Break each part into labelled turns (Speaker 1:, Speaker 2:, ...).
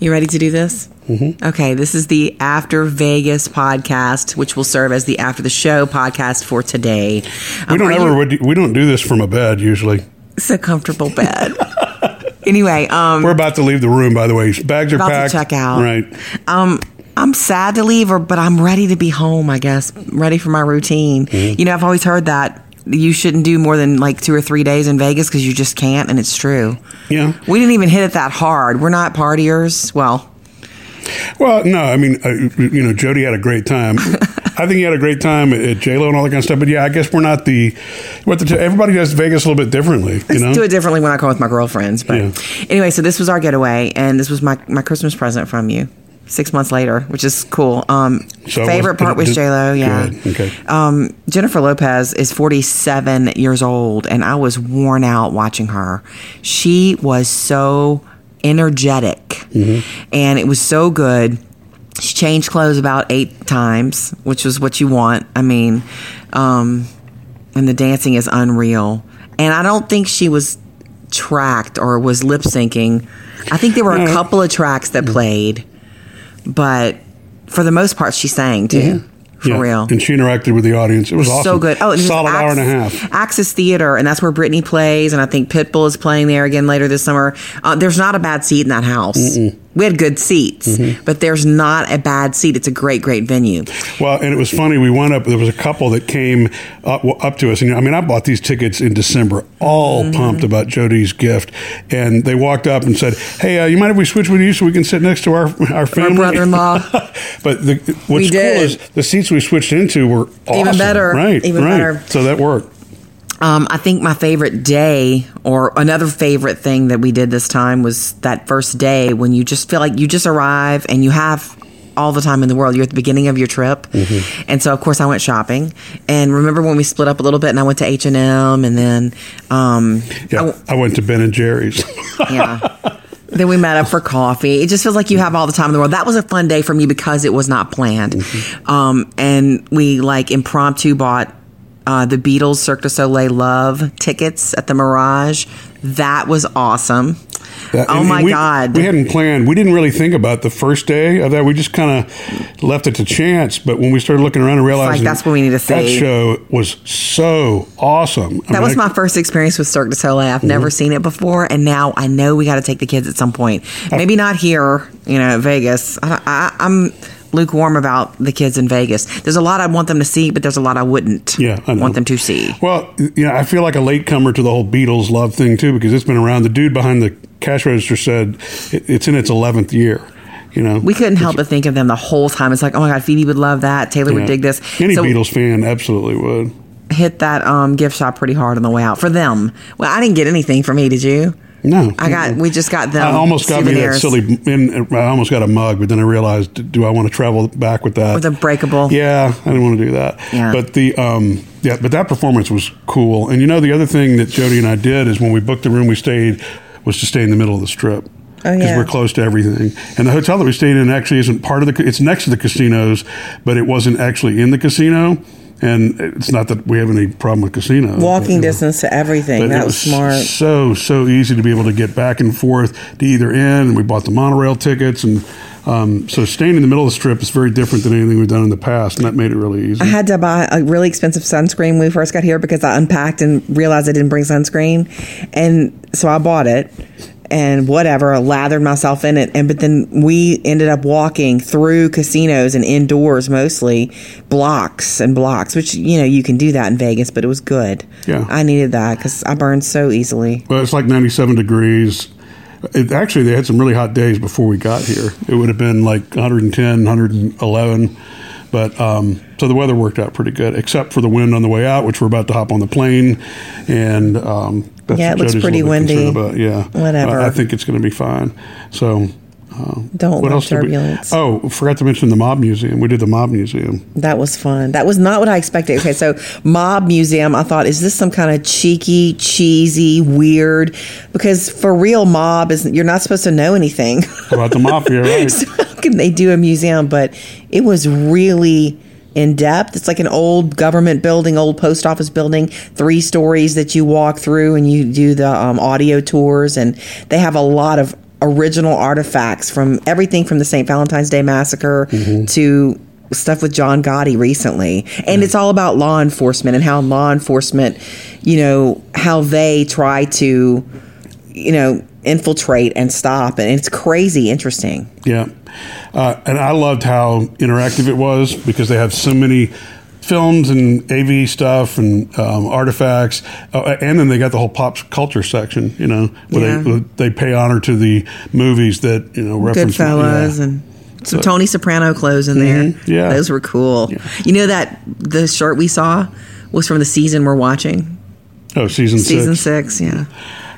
Speaker 1: You ready to do this? Mm-hmm. Okay, this is the After Vegas podcast, which will serve as the After the Show podcast for today.
Speaker 2: We don't ever would- we don't do this from a bed usually.
Speaker 1: It's a comfortable bed. anyway, um,
Speaker 2: We're about to leave the room, by the way. Bags are
Speaker 1: About to
Speaker 2: packed.
Speaker 1: check out.
Speaker 2: Right.
Speaker 1: um, I'm sad to leave, or but I'm ready to be home. I guess ready for my routine.
Speaker 2: Mm-hmm.
Speaker 1: You know, I've always heard that you shouldn't do more than like two or three days in Vegas because you just can't, and it's true.
Speaker 2: Yeah.
Speaker 1: We didn't even hit it that hard. We're not partiers. Well,
Speaker 2: Well, no, I mean, uh, you know, Jody had a great time. I think he had a great time at J Lo and all that kind of stuff. But yeah, I guess we're not the. What the everybody does Vegas a little bit differently, you know.
Speaker 1: do it differently when I come with my girlfriends. But
Speaker 2: Yeah.
Speaker 1: anyway, so this was our getaway, and this was my, my Christmas present from you. Six months later, which is cool. Um,
Speaker 2: So it was-
Speaker 1: favorite part was
Speaker 2: did-
Speaker 1: J Lo. Yeah.
Speaker 2: Good, okay.
Speaker 1: Um, Jennifer Lopez is 47 years old, and I was worn out watching her. She was so energetic, and it was so good. She changed clothes about eight times, which was what you want. I mean, um, and the dancing is unreal. And I don't think she was tracked or was lip syncing. I think there were a
Speaker 2: No.
Speaker 1: couple of tracks that played, but for the most part, she sang too. For
Speaker 2: Yeah.
Speaker 1: real.
Speaker 2: And she interacted with the audience. It was awesome.
Speaker 1: So good. Oh, and there's
Speaker 2: solid hour
Speaker 1: Ax-
Speaker 2: and a half.
Speaker 1: Axis Theater, and that's where Britney plays, and I think Pitbull is playing there again later this summer. Uh, there's not a bad seat in that house. We had good seats,
Speaker 2: Mm-hmm.
Speaker 1: but there's not a bad seat. It's a great, great venue.
Speaker 2: Well, and it was funny. We went up. There was a couple that came up, up to us, and you know, I mean, I bought these tickets in December, all
Speaker 1: Mm-hmm.
Speaker 2: pumped about Jody's gift, and they walked up and said, "Hey, uh, you mind if we switch with you so we can sit next to our our family,
Speaker 1: brother-in-law.
Speaker 2: but the, what's cool
Speaker 1: did.
Speaker 2: is the seats we switched into were awesome.
Speaker 1: better,
Speaker 2: right?
Speaker 1: even
Speaker 2: right.
Speaker 1: better.
Speaker 2: So that worked.
Speaker 1: Um, I think my favorite day, or another favorite thing that we did this time, was that first day when you just feel like you just arrive and you have all the time in the world. You're at the beginning of your trip, and so of course I went shopping. And remember when we split up a little bit, and I went to H and M, and then um,
Speaker 2: Yeah,
Speaker 1: I w-
Speaker 2: I went to Ben and Jerry's.
Speaker 1: yeah. Then we met up for coffee. It just feels like you have all the time in the world. That was a fun day for me because it was not planned.
Speaker 2: Mm-hmm.
Speaker 1: Um, and we like impromptu bought uh, the Beatles Cirque du Soleil Love tickets at the Mirage. That was awesome.
Speaker 2: That-
Speaker 1: oh
Speaker 2: Uh, and- and
Speaker 1: my
Speaker 2: we-
Speaker 1: God.
Speaker 2: We hadn't planned. We didn't really think about the first day of that. We just kind of left it to chance. But when we started looking around and realized
Speaker 1: like, that's what we need to
Speaker 2: That
Speaker 1: see.
Speaker 2: show was so awesome. I
Speaker 1: that
Speaker 2: mean,
Speaker 1: was my
Speaker 2: I-
Speaker 1: first experience with Cirque du Soleil. I've
Speaker 2: Mm-hmm.
Speaker 1: never seen it before, and now I know we got to take the kids at some point. Maybe not here, you know, Vegas. I, I, I'm lukewarm about the kids in Vegas. There's a lot I want them to see, but there's a lot I wouldn't
Speaker 2: Yeah, I know.
Speaker 1: want them to see.
Speaker 2: Well, you know, I feel like a latecomer to the whole Beatles love thing too, because it's been around. The dude behind the cash register said it, it's in its eleventh year. You know,
Speaker 1: We couldn't help but think of them the whole time. It's like, oh my God, Phoebe would love that. Taylor would dig this.
Speaker 2: Any
Speaker 1: so
Speaker 2: Beatles fan absolutely would.
Speaker 1: hit that um, gift shop pretty hard on the way out for them. Well, I didn't get anything for me, did you?
Speaker 2: No,
Speaker 1: I got. We just got them.
Speaker 2: I almost got
Speaker 1: souvenirs.
Speaker 2: me that silly. And I almost got a mug, but then I realized, do I want to travel back with that?
Speaker 1: With a breakable.
Speaker 2: Yeah, I didn't want to do that.
Speaker 1: Yeah.
Speaker 2: But the um, yeah, but that performance was cool. And you know, the other thing that Jody and I did is when we booked the room we stayed was to stay in the middle of the strip.
Speaker 1: Oh, yeah.
Speaker 2: we're close to everything, and the hotel that we stayed in actually isn't part of the. ca- It's next to the casinos, but it wasn't actually in the casino. And it's not that we have any problem with casinos.
Speaker 3: walking
Speaker 2: but, you know.
Speaker 3: distance to everything.
Speaker 2: But
Speaker 3: that
Speaker 2: it
Speaker 3: was smart.
Speaker 2: So so easy to be able to get back and forth to either end. And we bought the monorail tickets, and um, so staying in the middle of the strip is very different than anything we've done in the past, and that made it really easy.
Speaker 3: I had to buy a really expensive sunscreen when we first got here because I unpacked and realized I didn't bring sunscreen, and so I bought it and whatever I lathered myself in it and but then we ended up walking through casinos and indoors mostly blocks and blocks which you know you can do that in Vegas but it was good
Speaker 2: Yeah.
Speaker 3: I needed that because I burn so easily
Speaker 2: Well, it's like 97 degrees. It, actually, they had some really hot days before we got here. It would have been like 110, 111. But um, so the weather worked out pretty good, except for the wind on the way out, which we're about to hop on the plane. And um, that's
Speaker 3: Yeah, it
Speaker 2: what
Speaker 3: looks
Speaker 2: Jody's a
Speaker 3: pretty
Speaker 2: little bit concerned
Speaker 3: windy.
Speaker 2: About. Yeah,
Speaker 3: Whatever.
Speaker 2: I, I think it's going to be fine. So uh,
Speaker 3: Don't want
Speaker 2: did we-
Speaker 3: turbulence.
Speaker 2: oh, forgot to mention the Mob Museum. We did the Mob Museum.
Speaker 3: That was fun. That was not what I expected. Okay, so Mob Museum, I thought, is this some kind of cheeky, cheesy, weird? Because for real, Mob is you're not supposed to know anything.
Speaker 2: About the mafia, right?
Speaker 3: so how can they do a museum? But it was really in depth. It's like an old government building, old post office building, three stories that you walk through and you do the um, audio tours, and they have a lot of
Speaker 1: original artifacts from everything from the St. Valentine's Day Massacre to stuff with John Gotti recently. And it's all about law enforcement and how law enforcement, you know, how they try to, you know, infiltrate and stop. And it's crazy interesting.
Speaker 2: Yeah. Uh, and I loved how interactive it was because they have so many films and AV stuff and um, artifacts. Uh, and then they got the whole pop culture section, you know, where
Speaker 1: Yeah.
Speaker 2: they, they pay honor to the movies that, you know, reference
Speaker 1: Goodfellas
Speaker 2: yeah. Mm-hmm.
Speaker 1: and some Tony Soprano clothes in there.
Speaker 2: yeah.
Speaker 1: those were cool. You know that the shirt we saw was from the season we're watching,
Speaker 2: oh, season,
Speaker 1: season
Speaker 2: six.
Speaker 1: six. Yeah,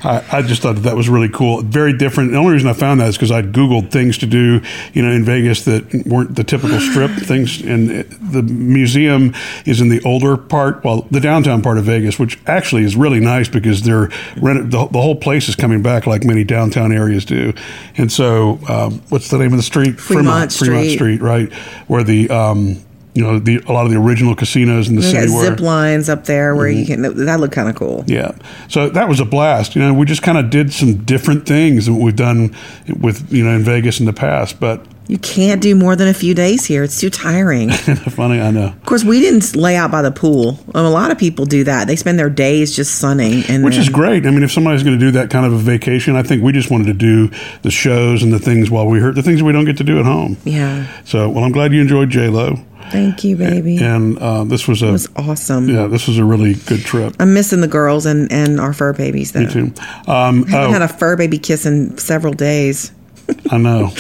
Speaker 2: I, I just thought that, that was really cool. Very different. The only reason I found that is because I Googled things to do, you know, in Vegas that weren't the typical strip things. And it- the museum is in the older part, well, the downtown part of Vegas, which actually is really nice because they're rent, the, the whole place is coming back like many downtown areas do. And so, um, what's the name of the street?
Speaker 1: Fremont
Speaker 2: Fremont
Speaker 1: Street.
Speaker 2: Street, right? Where the, um, you know, the, a lot of the original casinos in the
Speaker 1: we got
Speaker 2: city were. Mm-hmm.
Speaker 1: zip lines up there where you can. That looked kind of cool.
Speaker 2: Yeah. So that was a blast. You know, we just kind of did some different things than what we've done with, you know, in Vegas in the past. But
Speaker 1: You can't do more than a few days here; it's too tiring. of
Speaker 2: funny, I know.
Speaker 1: course, we didn't lay out by the pool. And a lot of people do that. They spend their days just sunning, and
Speaker 2: Which is
Speaker 1: then-
Speaker 2: great. I mean, if somebody's going to do that kind of a vacation, I think we just wanted to do the shows and the things while we heard the things we don't get to do at home.
Speaker 1: Yeah,
Speaker 2: So, well, I'm glad you enjoyed J Lo,
Speaker 1: thank you, baby.
Speaker 2: and uh, this was a
Speaker 1: It was awesome.
Speaker 2: yeah, this was a really good trip
Speaker 1: I'm missing the girls and and our fur babies though.
Speaker 2: too. Um,
Speaker 1: I haven't
Speaker 2: oh,
Speaker 1: had a fur baby kiss in several days.
Speaker 2: I know.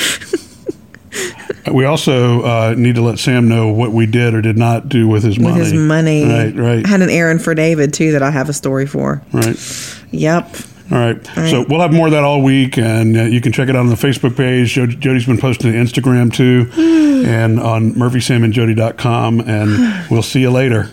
Speaker 2: We also uh, need to let Sam know what we did or did not do with his
Speaker 1: with
Speaker 2: money.
Speaker 1: his money.
Speaker 2: Right, right,
Speaker 1: I had an errand for David too that I have a story for.
Speaker 2: right.
Speaker 1: Yep.
Speaker 2: All right. So we'll have more of that all week, and uh, you can check it out on the Facebook page. Jody, Jody's been posting to Instagram too, and on murphysamandjody.com. And we'll see you later.